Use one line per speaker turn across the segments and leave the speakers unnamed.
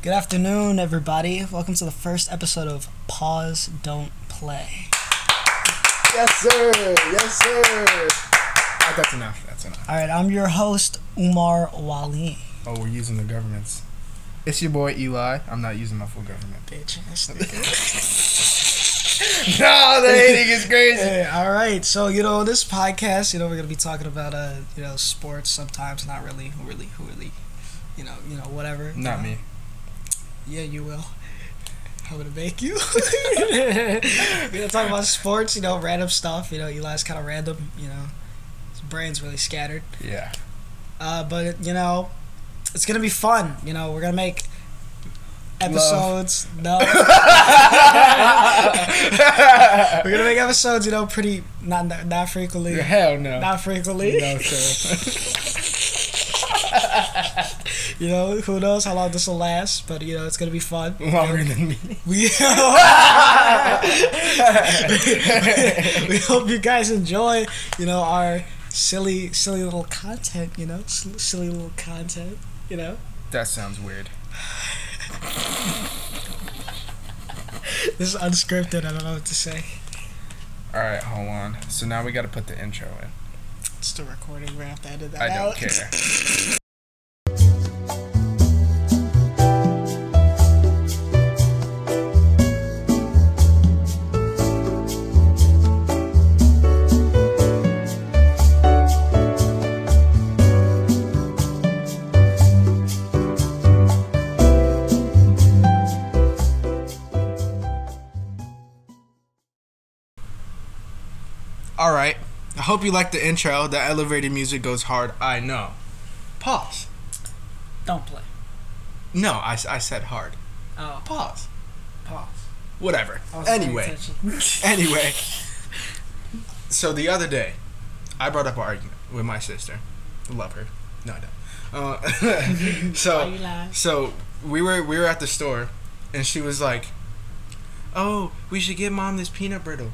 Good afternoon, everybody. Welcome to the first episode of Pause Don't Play.
Yes, sir. Yes, sir. Ah, that's enough. That's enough.
All right, I'm your host, Umar Wali.
Oh, we're using the governments. It's your boy Eli. I'm not using my full government.
Bitch.
No, the hating is crazy.
Hey, all right, so you know this podcast, you know we're gonna be talking about uh, you know, sports sometimes, not really, really, really, you know, you know, whatever.
Not me.
Yeah, you will. I'm gonna make you. We're gonna talk about sports, you know, random stuff. You know, Eli's kind of random. You know, his brain's really scattered.
Yeah.
Uh, but you know, it's gonna be fun. You know, we're gonna make episodes. No, we're gonna make episodes. You know, pretty not not, not frequently.
Hell no.
Not frequently.
No, sir.
You know, who knows how long this will last? But you know, it's gonna be fun.
Longer than me.
We, we hope you guys enjoy, you know, our silly, silly little content, you know, S- silly little content, you know.
That sounds weird.
This is unscripted. I don't know what to say.
All right, hold on. So now we got to put the intro in.
It's still recording. We're gonna have to edit that
I don't
out.
care. All right. I hope you like the intro. The elevator music goes hard. I know. Pause.
Don't play.
No, I, s- I said hard.
Oh,
Pause.
pause.
Whatever. Anyway. anyway, so the other day, I brought up an argument with my sister. Love her. No, I don't. Uh, so, so we were we were at the store, and she was like, "Oh, we should get mom this peanut brittle,"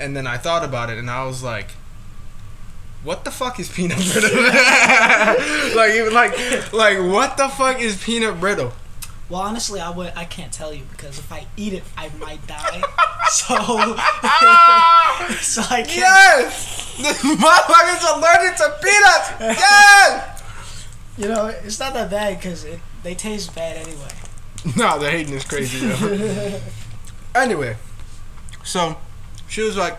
and then I thought about it, and I was like. What the fuck is peanut brittle? like, even like, like, what the fuck is peanut brittle?
Well, honestly, I would. I can't tell you because if I eat it, I might die. so, so I can't.
Yes! This motherfucker's allergic to peanuts! Yes!
You know, it's not that bad because they taste bad anyway.
no, the hating is crazy, though. anyway, so she was like,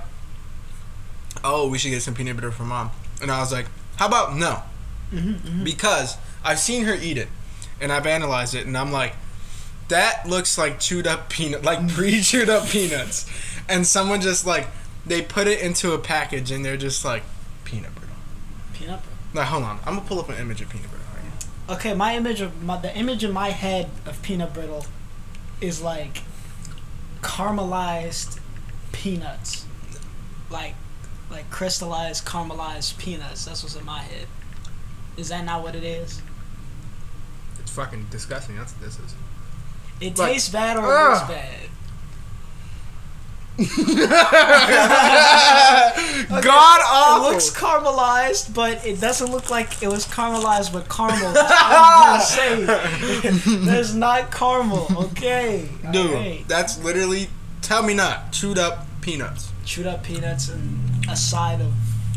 oh, we should get some peanut butter for mom. And I was like, how about no? Mm-hmm, Because I've seen her eat it and I've analyzed it and I'm like, that looks like chewed up peanut, like pre chewed up peanuts. And someone just like, they put it into a package and they're just like, peanut brittle.
Peanut butter.
Now hold on, I'm gonna pull up an image of peanut butter. Right now.
Okay, my image of my, the image in my head of peanut brittle is like caramelized peanuts, like like crystallized caramelized peanuts. That's what's in my head. Is that not what it is?
It's fucking disgusting. That's what this is.
It
Like,
tastes bad or it
ugh.
looks bad.
God
It
awful.
looks caramelized, but it doesn't look like it was caramelized with caramel. That's what I'm gonna say there's not caramel. Okay,
Dude,
Alright.
that's literally. Tell me not chewed up peanuts.
chewed up peanuts and a side of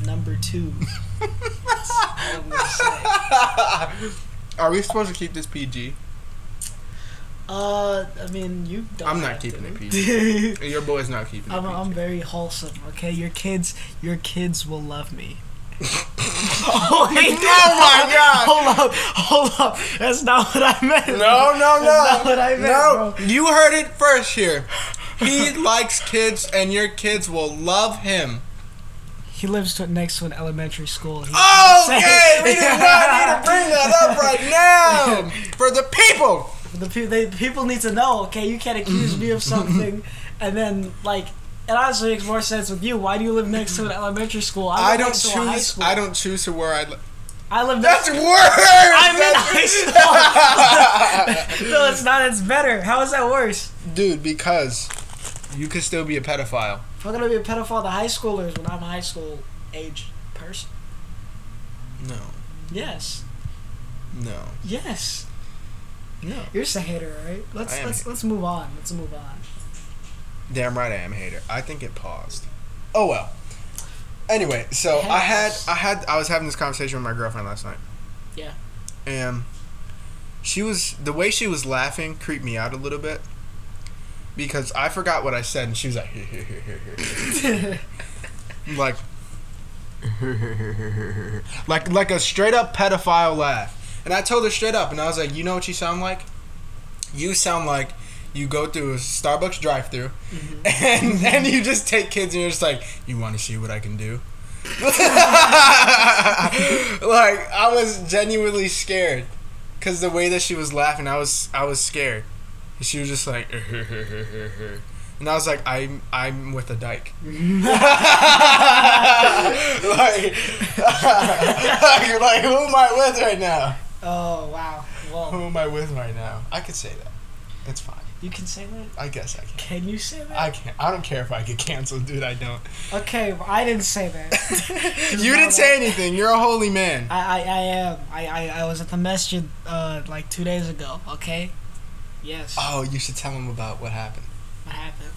number two. That's all I'm gonna say.
Are we supposed to keep this PG?
Uh, I mean, you don't.
I'm not
have
keeping
to.
it PG. Your boy's not keeping it
I'm, I'm
PG.
very wholesome. Okay, your kids, your kids will love me. oh, wait,
Oh my God.
Hold up, hold up. That's not what I meant.
No, no, no.
That's not what I meant,
no,
bro.
you heard it first here. He likes kids, and your kids will love him.
He lives to, next to an elementary school. He-
Oh, Okay, we do not need to bring that up right now for the people.
The, pe- they, the people need to know. Okay, you can't accuse me of something, and then like. It honestly makes more sense with you. Why do you live next to an elementary school? live
I don't
next to a high
choose.
school.
I don't choose to where I. Li-
I live next.
That's worse. I'm
I'm in high school. no, it's not. It's better. How is that worse?
Dude, because you could still be a pedophile.
If I'm gonna be a pedophile to high schoolers when I'm a high school age person.
No,
Yes.
no.
Yes.
No.
You're just a hater, right? Let's
I am a
let's
hater.
let's move on. Let's move on.
Damn right I am a hater. I think it paused. Oh well. Anyway, so I had
Yes.
I had I was having this conversation with my girlfriend last night.
Yeah.
And she was the way she was laughing creeped me out a little bit because I forgot what I said and she was like like like like a straight up pedophile laugh. And I told her straight up, and I was like, you know what you sound like? You sound like you go through a Starbucks drive-through, and and you just take kids, and you're just like, you want to see what I can do? like I was genuinely scared, cause the way that she was laughing, I was I was scared. And she was just like, and I was like, I'm I'm with a dyke. like, like, like, who am I with right now?
oh wow. Well,
Who am I with right now? I could say that. It's fine.
you can say that.
I guess I can.
Can you say that?
I can't. I don't care if I get canceled, dude. I don't.
okay, well, I didn't say that.
you didn't say anything. You're a holy man.
I, I, I am. I, I, I was at the masjid uh, like two days ago. Okay. Yes.
Oh, you should tell him about what happened.
what happened?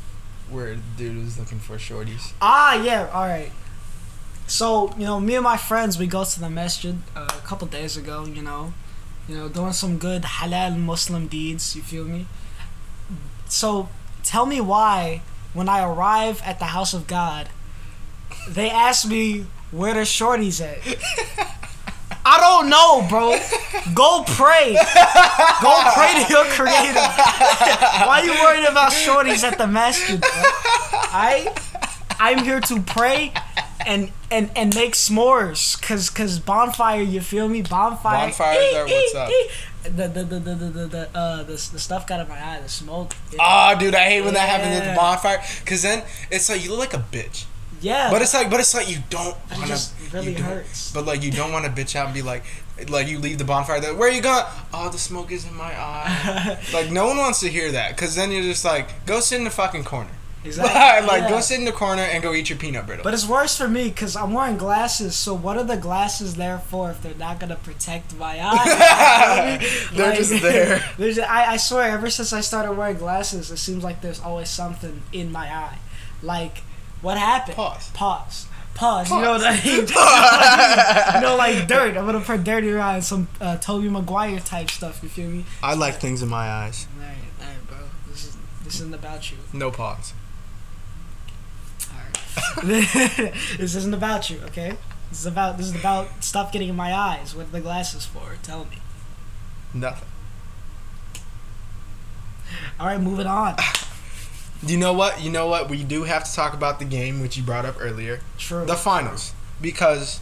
Where the dude was looking for shorties.
Ah, yeah. All right. So you know, me and my friends, we go to the masjid uh, a couple days ago. You know, you know, doing some good halal Muslim deeds. You feel me? So tell me why, when I arrive at the house of God, they ask me where the shorties at. I don't know, bro. Go pray. Go pray to your creator. Why you worried about shorties at the masjid, bro? I I'm here to pray and and and make s'mores cuz cuz bonfire, you feel me? Bonfire.
Bonfires are what's up.
The the the the the the, the, uh, the, the stuff got in my eye, the smoke.
Oh, dude, I hate when that happens at
Yeah.
the bonfire. Cause then it's like you look like a bitch.
yeah.
But it's like, but it's like you don't
It
want
just
to.
really
you don't-
hurts.
But like you don't want to bitch out and be like, like you leave the bonfire. That where you going? Oh, the smoke is in my eye. like no one wants to hear that, because then you're just like, go sit in the fucking corner.
Exactly.
like
yeah.
go sit in the corner and go eat your peanut brittle.
But it's worse for me because I'm wearing glasses. So what are the glasses there for if they're not gonna protect my eye?
They're just there.
There's, I, I swear, ever since I started wearing glasses, it seems like there's always something in my eye. Like, what happened?
Pause.
Pause. Pause. You know what I mean? you know, like dirt. I'm gonna put dirt in your eye and some uh, Toby Maguire type stuff. You feel me?
I like things in my eyes.
All right, all right, bro. This is this isn't about you.
No pause.
Alright. this isn't about you, okay? This is about this is about stop getting in my eyes. What are the glasses for? Tell me.
Nothing.
All right, moving on.
You know what? You know what? We do have to talk about the game which you brought up earlier,
True.
the finals, because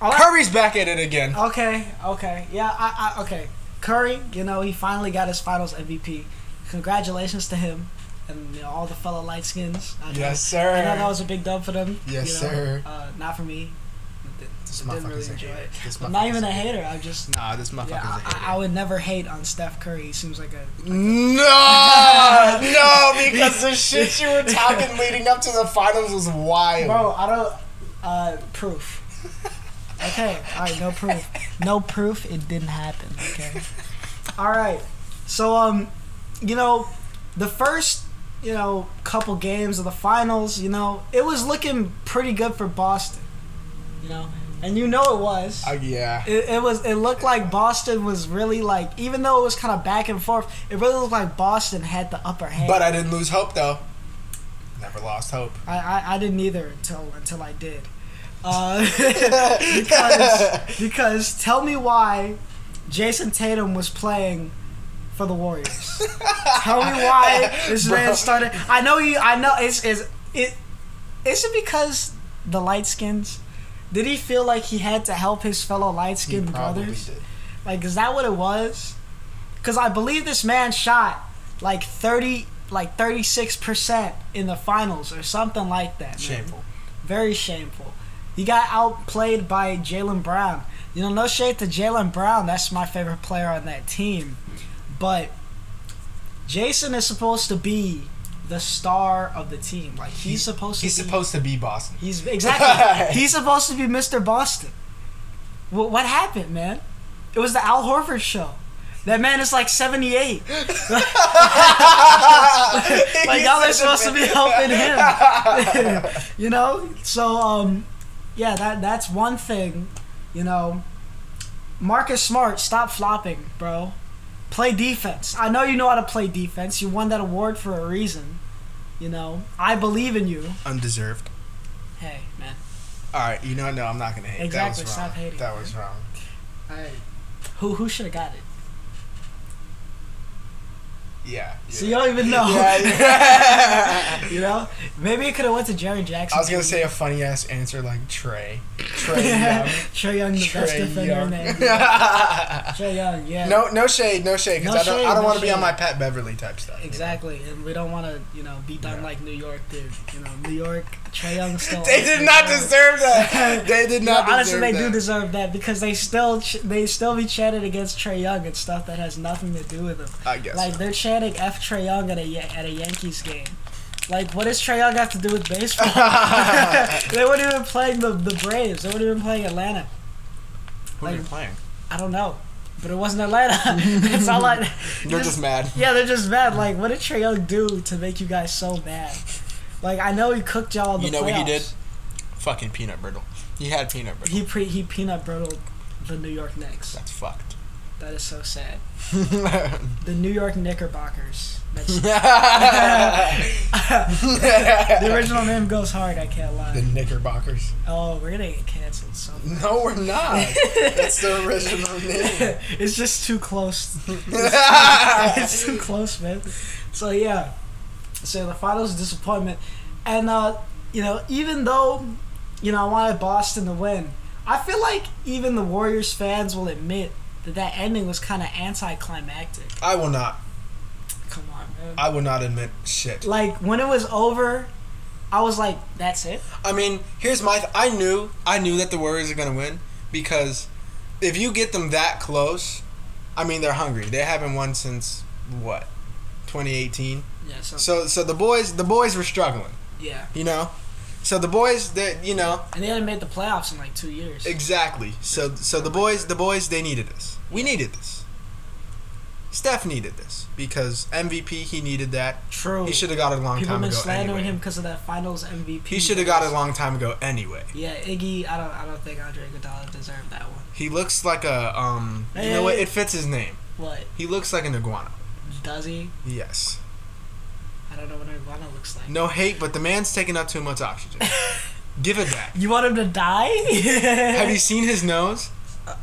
All I-
Curry's back at it again.
okay, okay, yeah, I, I, okay. Curry, you know, he finally got his Finals MVP. Congratulations to him and you know, all the fellow light skins. I know-
Yes,
I know
sir.
that was a big dub for them.
Yes,
you know,
sir.
Uh, not for me. I didn't-
This
I didn't
motherfucker's
really
a
enjoy
hater.
it.
This
I'm not even
motherfucker's
a
a
hater. I'm just.
Nah, this motherfucker's
Yeah,
a hater.
I, I would never hate on Steph Curry. He seems like a
No, no, because the shit you were talking leading up to the finals was wild.
Bro, I don't. Uh, proof. Okay, alright, no proof. No proof, it didn't happen, okay? Alright, so, um, you know, the first, you know, couple games of the finals, you know, it was looking pretty good for Boston, you know? And you know it was.
Uh, yeah.
It, it was. It looked like Boston was really like, even though it was kind of back and forth, it really looked like Boston had the upper hand.
But I didn't lose hope though. Never lost hope.
I, I, I didn't either until until I did. Uh, because, because tell me why Jason Tatum was playing for the Warriors. tell me why this man started. I know you. I know it's is it. Is it because the light skins? Did he feel like he had to help his fellow light
He
skinned
probably
brothers?
did.
Like, is that what it was? Because I believe this man shot like thirty, like thirty six percent in the finals or something like that. man.
Shameful.
Very shameful. He got outplayed by Jalen Brown. You know, no shade to Jalen Brown. That's my favorite player on that team. But Jason is supposed to be the star of the team. Like he's supposed to.
He's
be,
supposed to be Boston.
He's exactly. he's supposed to be Mr. Boston. What what happened, man? It was the Al Horford show. That man is like 78. like y'all are supposed to be helping him. you know? So um yeah, that that's one thing, you know. Marcus Smart, stop flopping, bro. Play defense. I know you know how to play defense. You won that award for a reason. You know, I believe in you.
Undeserved.
Hey, man.
All right, you know, no, I'm not gonna hate.
Exactly.
That was
Stop
wrong.
hating,
That
man.
was wrong.
All right. Who who should have got it?
Yeah.
So
yeah.
you don't even know.
Yeah, yeah.
you know, maybe it could have went to Jaron Jackson.
I was gonna say a funny ass answer like Trey. Trey Young.
Trey Young, the best
Trey
defender in the NBA.
Young.
Trey Young, yeah.
no, no shade, no shade, because
No
I don't,
shade,
I don't
no
want to be on
shade.
my Pat Beverly type stuff.
Exactly, and we don't want to, you know, be done
Yeah.
like New York did. You know, New York, Trey Young still.
They did not deserve that. uh, They did
No,
not.
honestly,
deserve
they
that.
do deserve that because they still ch- they still be chanted against Trey Young and stuff that has nothing to do with him.
I guess.
Like they're chanting F Trey Young at a Yan- at a Yankees game. Like what does Trey Young have to do with baseball? they weren't even playing the the Braves. They weren't even playing Atlanta.
Who are you
like-
playing?
I don't know, but it wasn't Atlanta. it's not like
They're just mad.
yeah, they're just mad. Like what did Trey Young do to make you guys so mad? Like I know he cooked y'all. In the
You know what he did?
playoffs.
Fucking peanut brittle. He had peanut brittle.
He pre he peanut brittled the New York Knicks.
That's fucked.
That is so sad. The New York Knickerbockers. That's the original name goes hard. I can't
The
lie.
Knickerbockers.
Oh, we're gonna get canceled. So
No, we're not. That's the original name.
it's just too close. it's
yeah,
too close, man. So yeah, so the finals disappointment, and uh, you know, even though you know I wanted Boston to win, I feel like even the Warriors fans will admit that that ending was kind of anticlimactic.
I will not.
Come on, man.
I will not admit shit.
Like when it was over, I was like, "That's it."
I mean, here's my. Th- I knew. I knew that the Warriors are gonna win because if you get them that close, I mean, they're hungry. They haven't won since what, 2018.
Yeah.
So, so the boys, the boys were struggling.
yeah,
You know, so the boys, that you know,
and they hadn't made the playoffs in like two years.
Exactly. So so the boys the boys they needed this. We needed this. Steph needed this because MVP he needed that.
True.
He should have got it a long
Oh, People
time
been
ago
slandering
anyway.
him because of that Finals MVP.
He should have got it a long time ago anyway.
Yeah, Iggy. I don't. I don't think Andre Iguodala deserved that one.
He looks like a um you know what it fits his name.
What
He looks like an iguana.
does he?
Yes.
I don't know what Iguana looks like.
No hate, but the man's taking up too much oxygen. Give it back.
You want him to die?
Have you seen his nose?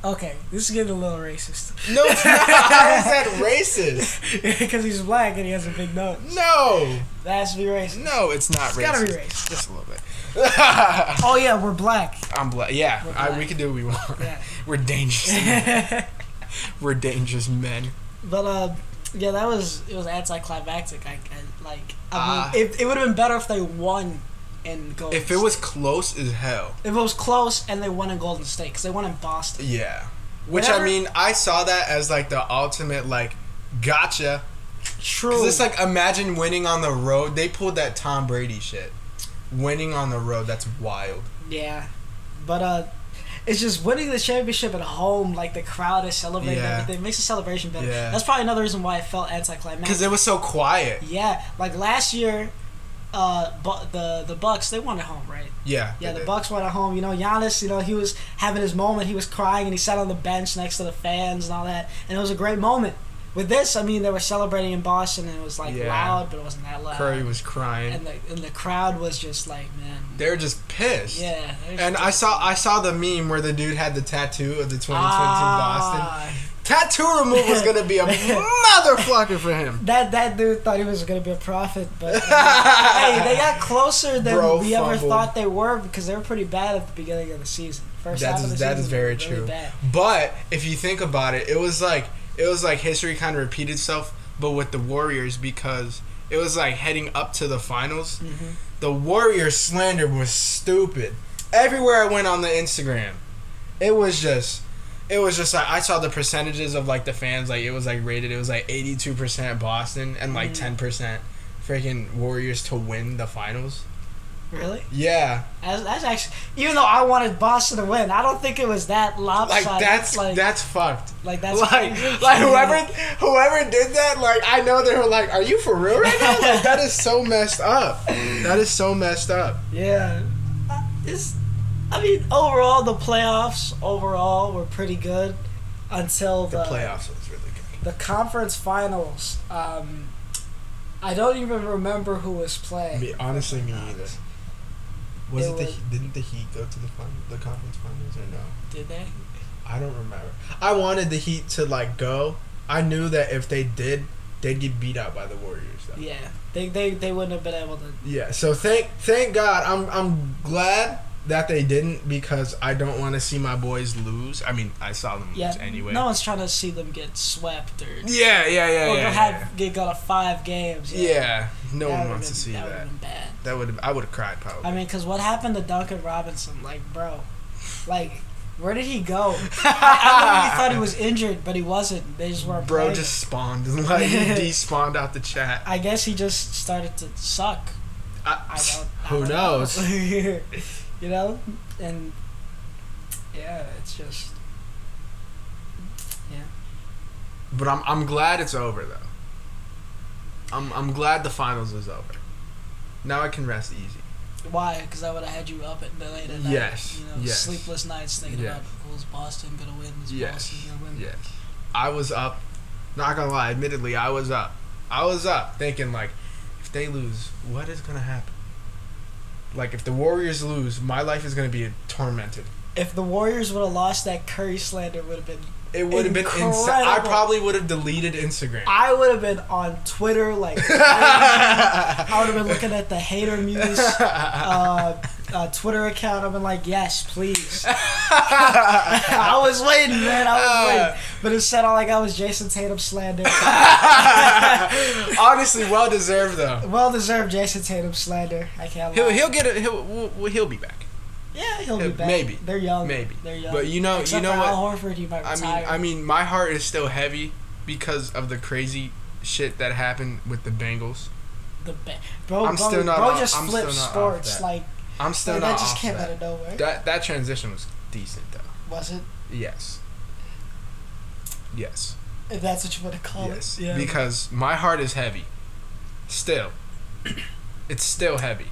okay, this is getting a little racist.
No, it's not. How is that racist?
Because he's black and he has a big nose.
No,
That has to be racist.
no, it's not
It's
racist.
gotta be racist.
Just a little bit.
Oh yeah, we're black.
I'm black. Yeah,
We're
I, we
black.
can do what we want.
Yeah.
We're dangerous. men.
but
We're dangerous men.
uh, yeah, that was it was anticlimactic. I, I like. I
Ah.
mean, it, it would have been better if they won in Golden.
If it was close as hell,
State. if it was close and they won in Golden State because they won in Boston.
yeah. Which I
Whenever-
mean, I saw that as like the ultimate like gotcha. Cause
True.
it's like imagine winning on the road. They pulled that Tom Brady shit. Winning on the road, that's wild.
Yeah, but uh, it's just winning the championship at home, like the crowd is celebrating
Yeah.
everything, makes the celebration better.
Yeah.
That's probably another reason why it felt
Cause
anticlimactic.
it was so quiet.
yeah, like last year, uh, bu- the the Bucks they won at home, right?
Yeah.
Yeah,
they
the
did.
Bucks won at home. You know, Giannis, you know, he was having his moment. He was crying and he sat on the bench next to the fans and all that, and it was a great moment. With this, I mean, they were celebrating in Boston and it was like
Yeah.
loud, but it wasn't that loud.
Curry was crying.
and the and the crowd was just like, man,
They were just pissed.
yeah. there's-
And I saw I saw the meme where the dude had the tattoo of the 2022 Boston.
Ah.
Tattoo removal is gonna be a motherfucker for him.
That that dude thought he was gonna be a prophet, but uh, hey, they got closer than
Bro
we ever
fumbled.
thought they were because they were pretty bad at the beginning of the season. First
That
half of
is-
the
that
season,
is
they were
very
really
true.
bad.
But if you think about it, it was like it was like history kind of repeated itself, but with the Warriors because it was like heading up to the finals. The Warriors slander was stupid. Everywhere I went on the Instagram, it was just. It was just like I saw the percentages of like the fans like it was like rated it was like 82% Boston and like 10% freaking Warriors to win the finals.
Mm-hmm. Really?
Yeah,
That's, that's actually, even though I wanted Boston to win, I don't think it was that
like
lopsided.
that's
like,
that's fucked.
like that's
Like,
crazy.
like whoever whoever did that, like I know they were like, "Are you for real right now?" Like that is so messed up. That is so messed up.
Yeah. Uh, It's, I mean, overall, the playoffs overall were pretty good until the
The playoffs was really good.
the conference finals. Um, I don't even remember who was playing.
Me, honestly, me either. Was
It
it, the
was-
Heat- didn't the Heat go to the final, the conference finals or no?
Did they?
I don't remember. I wanted the Heat to like go. I knew that if they did, they'd get beat out by the Warriors. Though.
Yeah, they they, they wouldn't have been able to.
Yeah. So thank thank God. I'm I'm glad that they didn't because I don't want to see my boys lose. I mean, I saw them
Yeah,
lose anyway.
no one's trying to see them get swept or
Yeah, yeah, yeah,
or
yeah.
go
Yeah.
have get go to five games.
Yeah, no
That
one
would've
wants to
been-
see
That would
that.
have been bad.
That would I would have cried probably.
I mean, because what happened to Duncan Robinson? Like, bro, like, where did he go? I, I literally thought he was injured, but he wasn't. They just weren't.
Bro
playing.
just spawned like he despawned out the chat.
I guess he just started to suck. I don't. I
who
don't
knows?
know. you know, and yeah, it's just
But I'm I'm glad it's over though. I'm I'm glad the finals is over. Now I can rest easy.
why? Because I would have had you up at the late at night.
Yes,
You know,
yes.
sleepless nights thinking
Yeah.
about well, is Boston gonna win? Is
Yes.
Boston gonna win?
Yes. I was up. Not gonna lie, admittedly, I was up. I was up thinking like, if they lose, what is gonna happen? Like if the Warriors lose, my life is gonna be tormented.
If the Warriors would have lost, that Curry slander would have been
It would have been insane. I
Incredible.
probably would have deleted Instagram.
I would have been on Twitter, like I would have been looking at the hater muse uh, uh, Twitter account. I've been like, yes, please. I was waiting, man. I was
Uh.
waiting, but it said all like I was Jason Tatum slander.
Honestly, well deserved though.
well deserved Jason Tatum slander. I can't.
He'll
lie.
he'll get it. He'll we'll- we'll- he'll be back.
yeah, he'll be
he'll-
back.
maybe.
they're young.
Maybe.
they're young.
But you know- you
Except
know
for
what?
Al Horford, he might
I
retire.
mean, I mean, my heart is still heavy because of the crazy shit that happened with the Bengals.
the ba- bro,
I'm
bro,
still not
bro
off-
just
I'm
flipped
still not off
sports
that.
like
I'm still
like,
not
that just
off
came
that.
out of nowhere.
That that transition was decent though.
Was it?
Yes. Yes.
If that's what you want to call
yes.
it. Oh, Yeah.
Because my heart is heavy. Still. it's still heavy.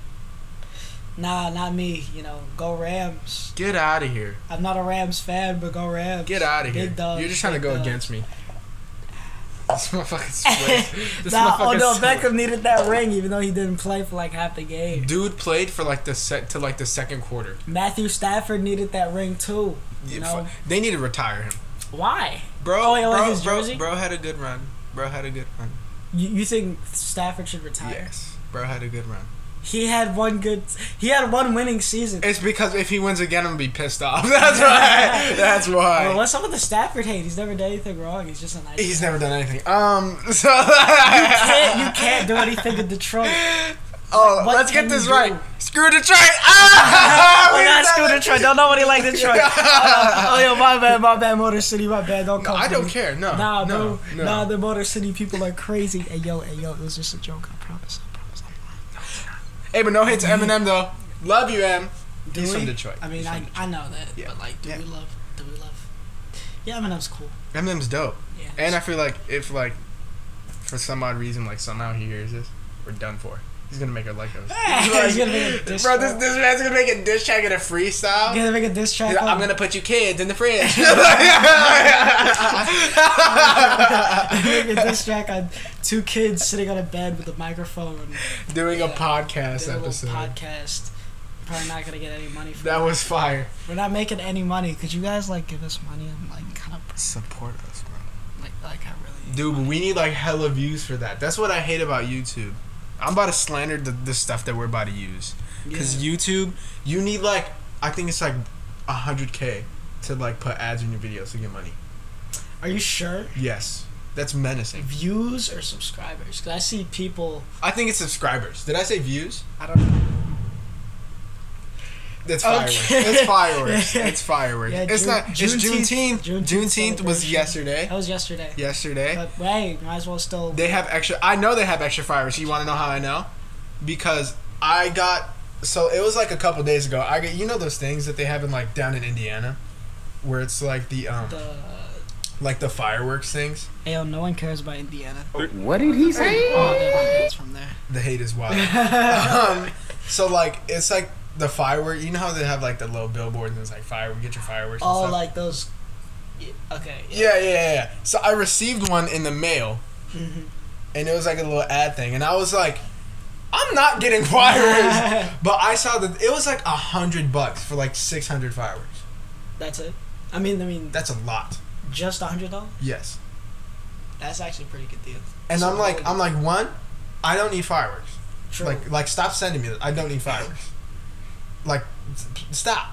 Nah, not me. You know, go Rams.
Get out of here.
I'm not a Rams fan, but go Rams.
Get out of
Big
here.
dogs,
You're just trying to
big
go
dogs.
against me. This motherfucking sweat. This
Nah, oh
motherfucking
no,
sweat.
Beckham needed that ring, even though he didn't play for like half the game.
Dude played for like the set to like the second quarter.
Matthew Stafford needed that ring too. You
Yeah,
know?
fu- They need to retire him.
Why?
Bro,
Oh, wait, like
bro,
his
bro,
jersey?
bro had a good run. Bro had a good run.
You, you think Stafford should retire?
Yes. Bro had a good run.
He had one good. He had one winning season.
It's because if he wins again, I'm gonna be pissed off. That's why. That's
Bro,
why.
what's up with the Stafford hate? He's never done anything wrong. He's just a nice.
He's never done anything. Um. So.
you can't. You can't do anything in Detroit.
Oh,
What
let's
can
get this
you do?
right. Screw Detroit. Ah!
Oh,
We
God,
said
screw
it.
Detroit. Don't nobody like Detroit. oh, oh, yo, my bad, my bad, Motor City, my bad. Don't
No,
come.
I
for
don't
me.
care. No.
Nah,
no,
bro.
No.
Nah, the Motor City people are crazy. Hey, yo, hey, yo, it was just a joke. I promise. I promise.
Hey, but no hate to Eminem though. Love you, Em.
Do
He's
we?
from Detroit.
I mean,
He's from
I,
Detroit.
I know that,
Yeah.
but like, do
Yeah.
we love? Do we love? Yeah, Eminem's cool.
Eminem's dope.
Yeah.
And I feel like if like, for some odd reason, like somehow he hears this, we're done for. He's gonna make her like us.
He's gonna make a diss
bro, this,
track.
this man's gonna make a diss track and a freestyle.
I'm gonna make a diss track.
I'm
on-
gonna put you kids in the fridge.
make a diss track on two kids sitting on a bed with a microphone.
Doing a
Yeah.
podcast
doing a little
episode.
podcast. Probably not gonna get any money from
that was fire.
We're not making any money. Could you guys like give us money and like kind of
Support us, bro.
like like I really
Dude, but we need like hella views for that. That's what I hate about YouTube. I'm about to slander the, the stuff that we're about to use. Because YouTube, you need like, I think it's like 100k to like put ads in your videos to get money.
Are you sure?
Yes. That's menacing.
Views or subscribers? Cause I see people.
I think it's subscribers. Did I say views?
I don't. know.
That's
Okay.
fireworks. It's fireworks. It's fireworks.
Yeah,
it's
June-
not. It's
Juneteenth-
Juneteenth.
Juneteenth
Juneteenth was
celebration.
yesterday.
That was yesterday.
Yesterday.
But hey, might as well still.
They have extra. I know they have extra fireworks. You want to know how I know? Because I got so it was like a couple days ago. I get you know those things that they have in like down in Indiana, where it's like the um
The
like the fireworks things.
Ayo, no one cares about Indiana.
Oh.
Oh,
What did he say?
All their fans from there.
The hate is wild. um, so like it's like the firework. You know how they have like the little billboards and it's like firework. Get your fireworks. and
All
stuff?
like those. Yeah, Okay.
Yeah, yeah, yeah, yeah. So I received one in the mail, Mm-hmm.
Mhm.
and it was like a little ad thing, and I was like, I'm not getting fireworks, but I saw that it was like a hundred bucks for like six hundred fireworks.
That's it. I mean, I mean,
That's a lot.
just a hundred dollars.
Yes.
That's actually a pretty good deal.
And
So
I'm like,
really-
I'm like, one, I don't need fireworks.
True.
Like, like, stop sending me. that. I don't need fireworks. like, s- stop.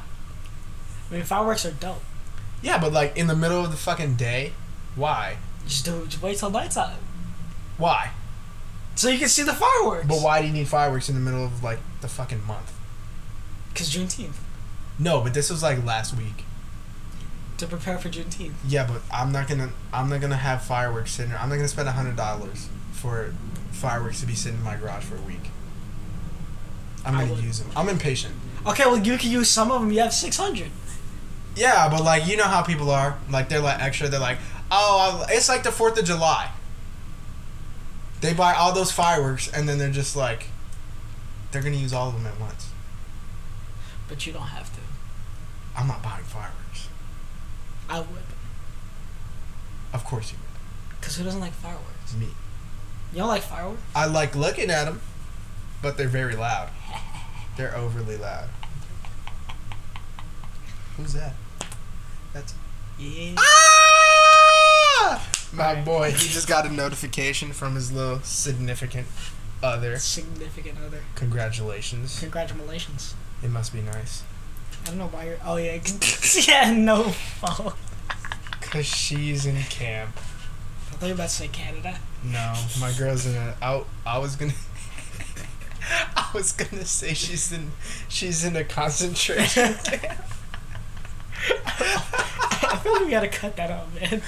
I mean, fireworks are dope.
Yeah, but like in the middle of the fucking day, why?
Just do just wait till nighttime
Why?
so you can see the fireworks.
But why do you need fireworks in the middle of like the fucking month?
Because Juneteenth
No, but this was like last week.
to prepare for Juneteenth.
Yeah, but I'm not gonna I'm not gonna have fireworks sitting. there. I'm not gonna spend hundred dollars for fireworks to be sitting in my garage for a week. I'm
I
gonna
would.
use them. I'm impatient.
Okay, well you can use some of them. You have six hundred.
Yeah, but like you know how people are. Like they're like extra. They're like, oh, i it's like the Fourth of July. They buy all those fireworks and then they're just like, they're gonna use all of them at once.
But you don't have to.
I'm not buying fireworks.
I would.
Of course you would.
Because who doesn't like fireworks?
It's me.
You don't like fireworks?
I like looking at them, but they're very loud. They're overly loud. Who's that? That's
Yeah.
ah! my
Alright.
boy. He just got a notification from his little significant other.
Significant other.
Congratulations.
Congratulations.
It must be nice.
I don't know why you're. Oh yeah. yeah. No. fault.
Cause she's in camp.
I thought you were about to say Canada.
No, my girl's in a. I, I was gonna. I was gonna say she's in. She's in a concentration camp.
I feel like we gotta cut that out, man.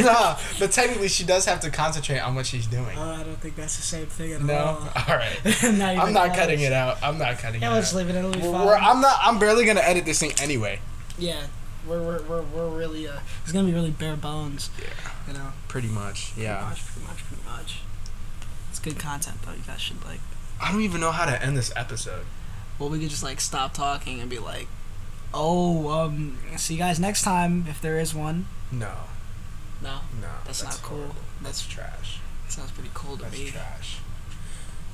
nah, but technically she does have to concentrate on what she's doing.
Oh, I don't think that's the same thing at
No,
all.
all right.
Not even
I'm not
close.
cutting it out. I'm not cutting
Yeah,
it
let's
out.
leave it. It'll be
We're,
fine.
we're- I'm not. I'm barely gonna edit this thing anyway.
yeah, we're, we're, we're, we're really, uh, it's gonna be really bare bones. Yeah. You know?
Pretty much.
Pretty much, pretty much, pretty much. It's good content, though. You guys should, like,
I don't even know how to end this episode.
well, we could just, like, stop talking and be like, oh, um, see you guys next time if there is one.
No,
No.
no.
That's, not cool.
horrible.
That's,
That's trash.
sounds pretty cool to
That's
me.
trash.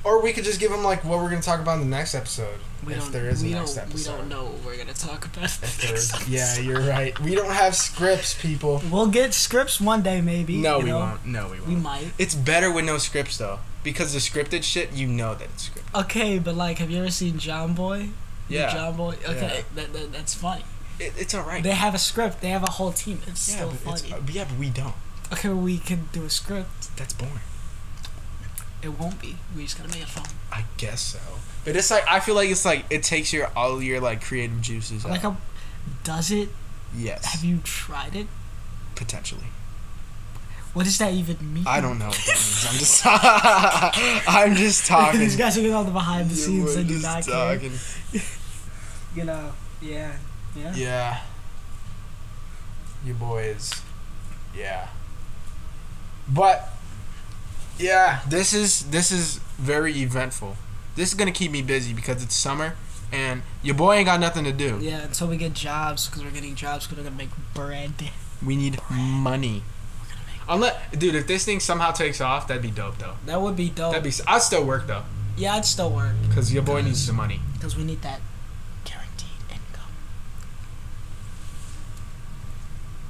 Or we could just give them like what we're gonna talk about in the next episode,
We
if
don't,
there is a
we
next
don't,
episode.
We don't know what we're gonna talk about.
If there is, yeah, you're right. We don't have scripts, people.
We'll get scripts one day, maybe.
No,
you
we
know?
won't. No, we won't.
We might.
It's better with no scripts though, because the scripted shit, you know that it's scripted.
Okay, but like, have you ever seen John Boy? The
Yeah.
John Boy. Okay,
Yeah.
that, that, that's funny.
It, it's alright.
They have a script. They have a whole team. It's
yeah,
still
but it's,
funny.
uh, yeah, but we don't.
okay, we can do a script.
That's boring.
It won't be. We just gotta make it fun.
I guess so. But it's like I feel like it's like it takes your all your like creative juices.
Like,
out.
how does it?
yes,
Have you tried it?
potentially.
What does that even mean?
I don't know what that means. I'm just I'm just talking.
These guys are getting all the behind the
Yeah,
scenes
we're
and you
just
not care.
talking.
You know, yeah, yeah.
Yeah, you boys. Yeah, but yeah, this is this is very eventful. This is gonna keep me busy because it's summer and your boy ain't got nothing to do.
Yeah, until we get jobs, because we're getting jobs, because we're gonna make bread.
We need money.
gonna make-
Unless, dude, if this thing somehow takes off, that'd be dope though.
That would be dope.
That'd be. I'd still work though,
yeah, I'd still work,
cause your boy needs the money.
because we need that guaranteed income.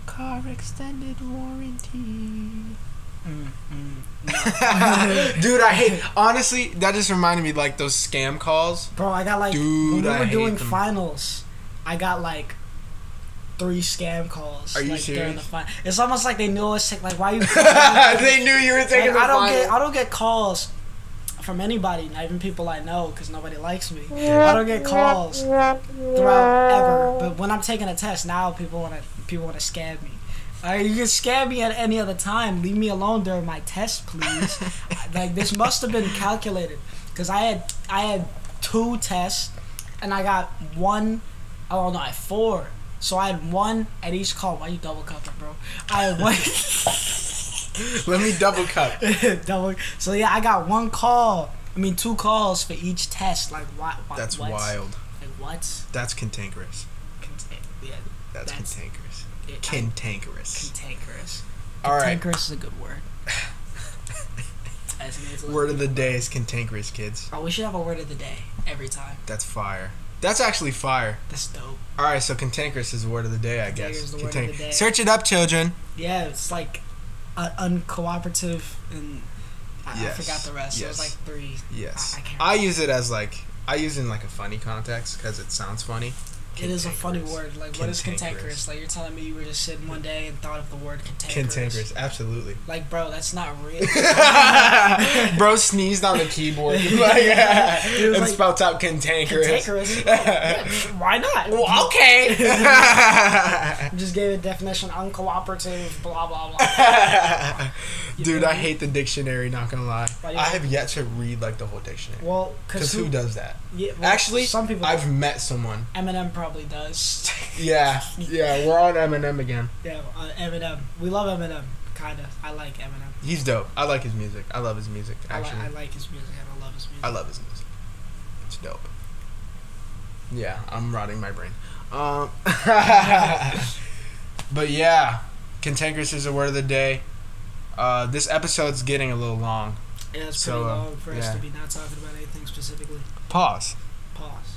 Car extended warranty.
Mm, mm.
Dude, I hate. Honestly, that just reminded me like those scam calls.
Bro, I got like when
Dude,
we
I
were
hate
doing
them.
finals, I got like three scam calls.
Are you
like, During the
serious?
fin- it's almost like they knew us. Like, like why you?
they knew you were
Like,
taking the
I don't get
final.
I don't get calls from anybody, not even people I know, because nobody likes me. I don't get calls throughout ever. But when I'm taking a test now, people want to people want to scam me. Uh, you can scam me at any other time. Leave me alone during my test, please. like this must have been calculated, because I had I had two tests. and I got one. Oh no, I had four. So I had one at each call. Why you double cupping, bro? I had one.
Let me double cup.
double. So yeah, I got one call. I mean, two calls for each test. Like what? what
That's
what?
wild.
Like what?
That's cantankerous.
Cont- yeah,
That's,
That's-
cantankerous.
it- I-
Cantankerous.
cantankerous.
All right.
Cantankerous is a good word. As it is.
Word of the day is cantankerous, kids.
Oh, we should have a word of the day every time.
That's fire. That's actually fire.
That's dope.
All right, so cantankerous is the word of the day, I guess.
Cantankerous is the word of the
Cantank-
day.
Search it up, children.
Yeah, it's like uh, uncooperative and I, I
Yes,
forgot the rest. It was
yes.
like three. Ah,
Yes.
I- I can't
I, use it as like I use it in like a funny context because it sounds funny.
It is a funny
Cantankerous.
word. Like, what is
Cantankerous.
cantankerous? Like, you're telling me you were just sitting one day and thought of the word cantankerous.
Cantankerous, absolutely.
Like, bro, that's not real.
Bro sneezed on the keyboard like,
It was
and
like-
spelt out cantankerous.
cantankerous. Oh, yeah, why not?
Well, okay.
Just gave a definition uncooperative, blah, blah, blah.
Dude, I hate the dictionary. Not gonna lie,
Why you-
I have yet to read like the whole dictionary.
Well, because
Cause who does that?
Yeah, well,
Actually,
some people.
I've met someone.
Eminem probably does.
Yeah, yeah. We're on Eminem again.
yeah, uh, Eminem. We love Eminem, kind of. I like Eminem.
He's dope. I like his music. I love his music.
I, li-
Actually,
I like his music and I love his music.
I love his music. It's dope. Yeah, I'm rotting my brain. Um, but yeah, cantankerous is the word of the day. Uh, this episode's getting a little long.
yeah, it's
so,
pretty
uh,
long for us
yeah.
to be not talking about anything specifically.
Pause.
Pause.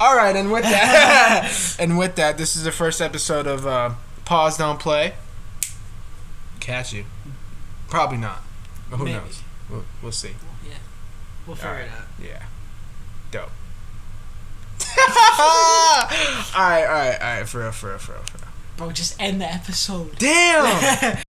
All right, and with that, and with that, this is the first episode of uh, Pause Don't Play. Catch you. Probably not. But who
Maybe.
knows? We'll, we'll see.
Yeah. We'll
All
figure
right.
it out.
Yeah. Dope. all right, all right, all right. For real, for real, for real, for real.
Bro, just end the episode.
Damn.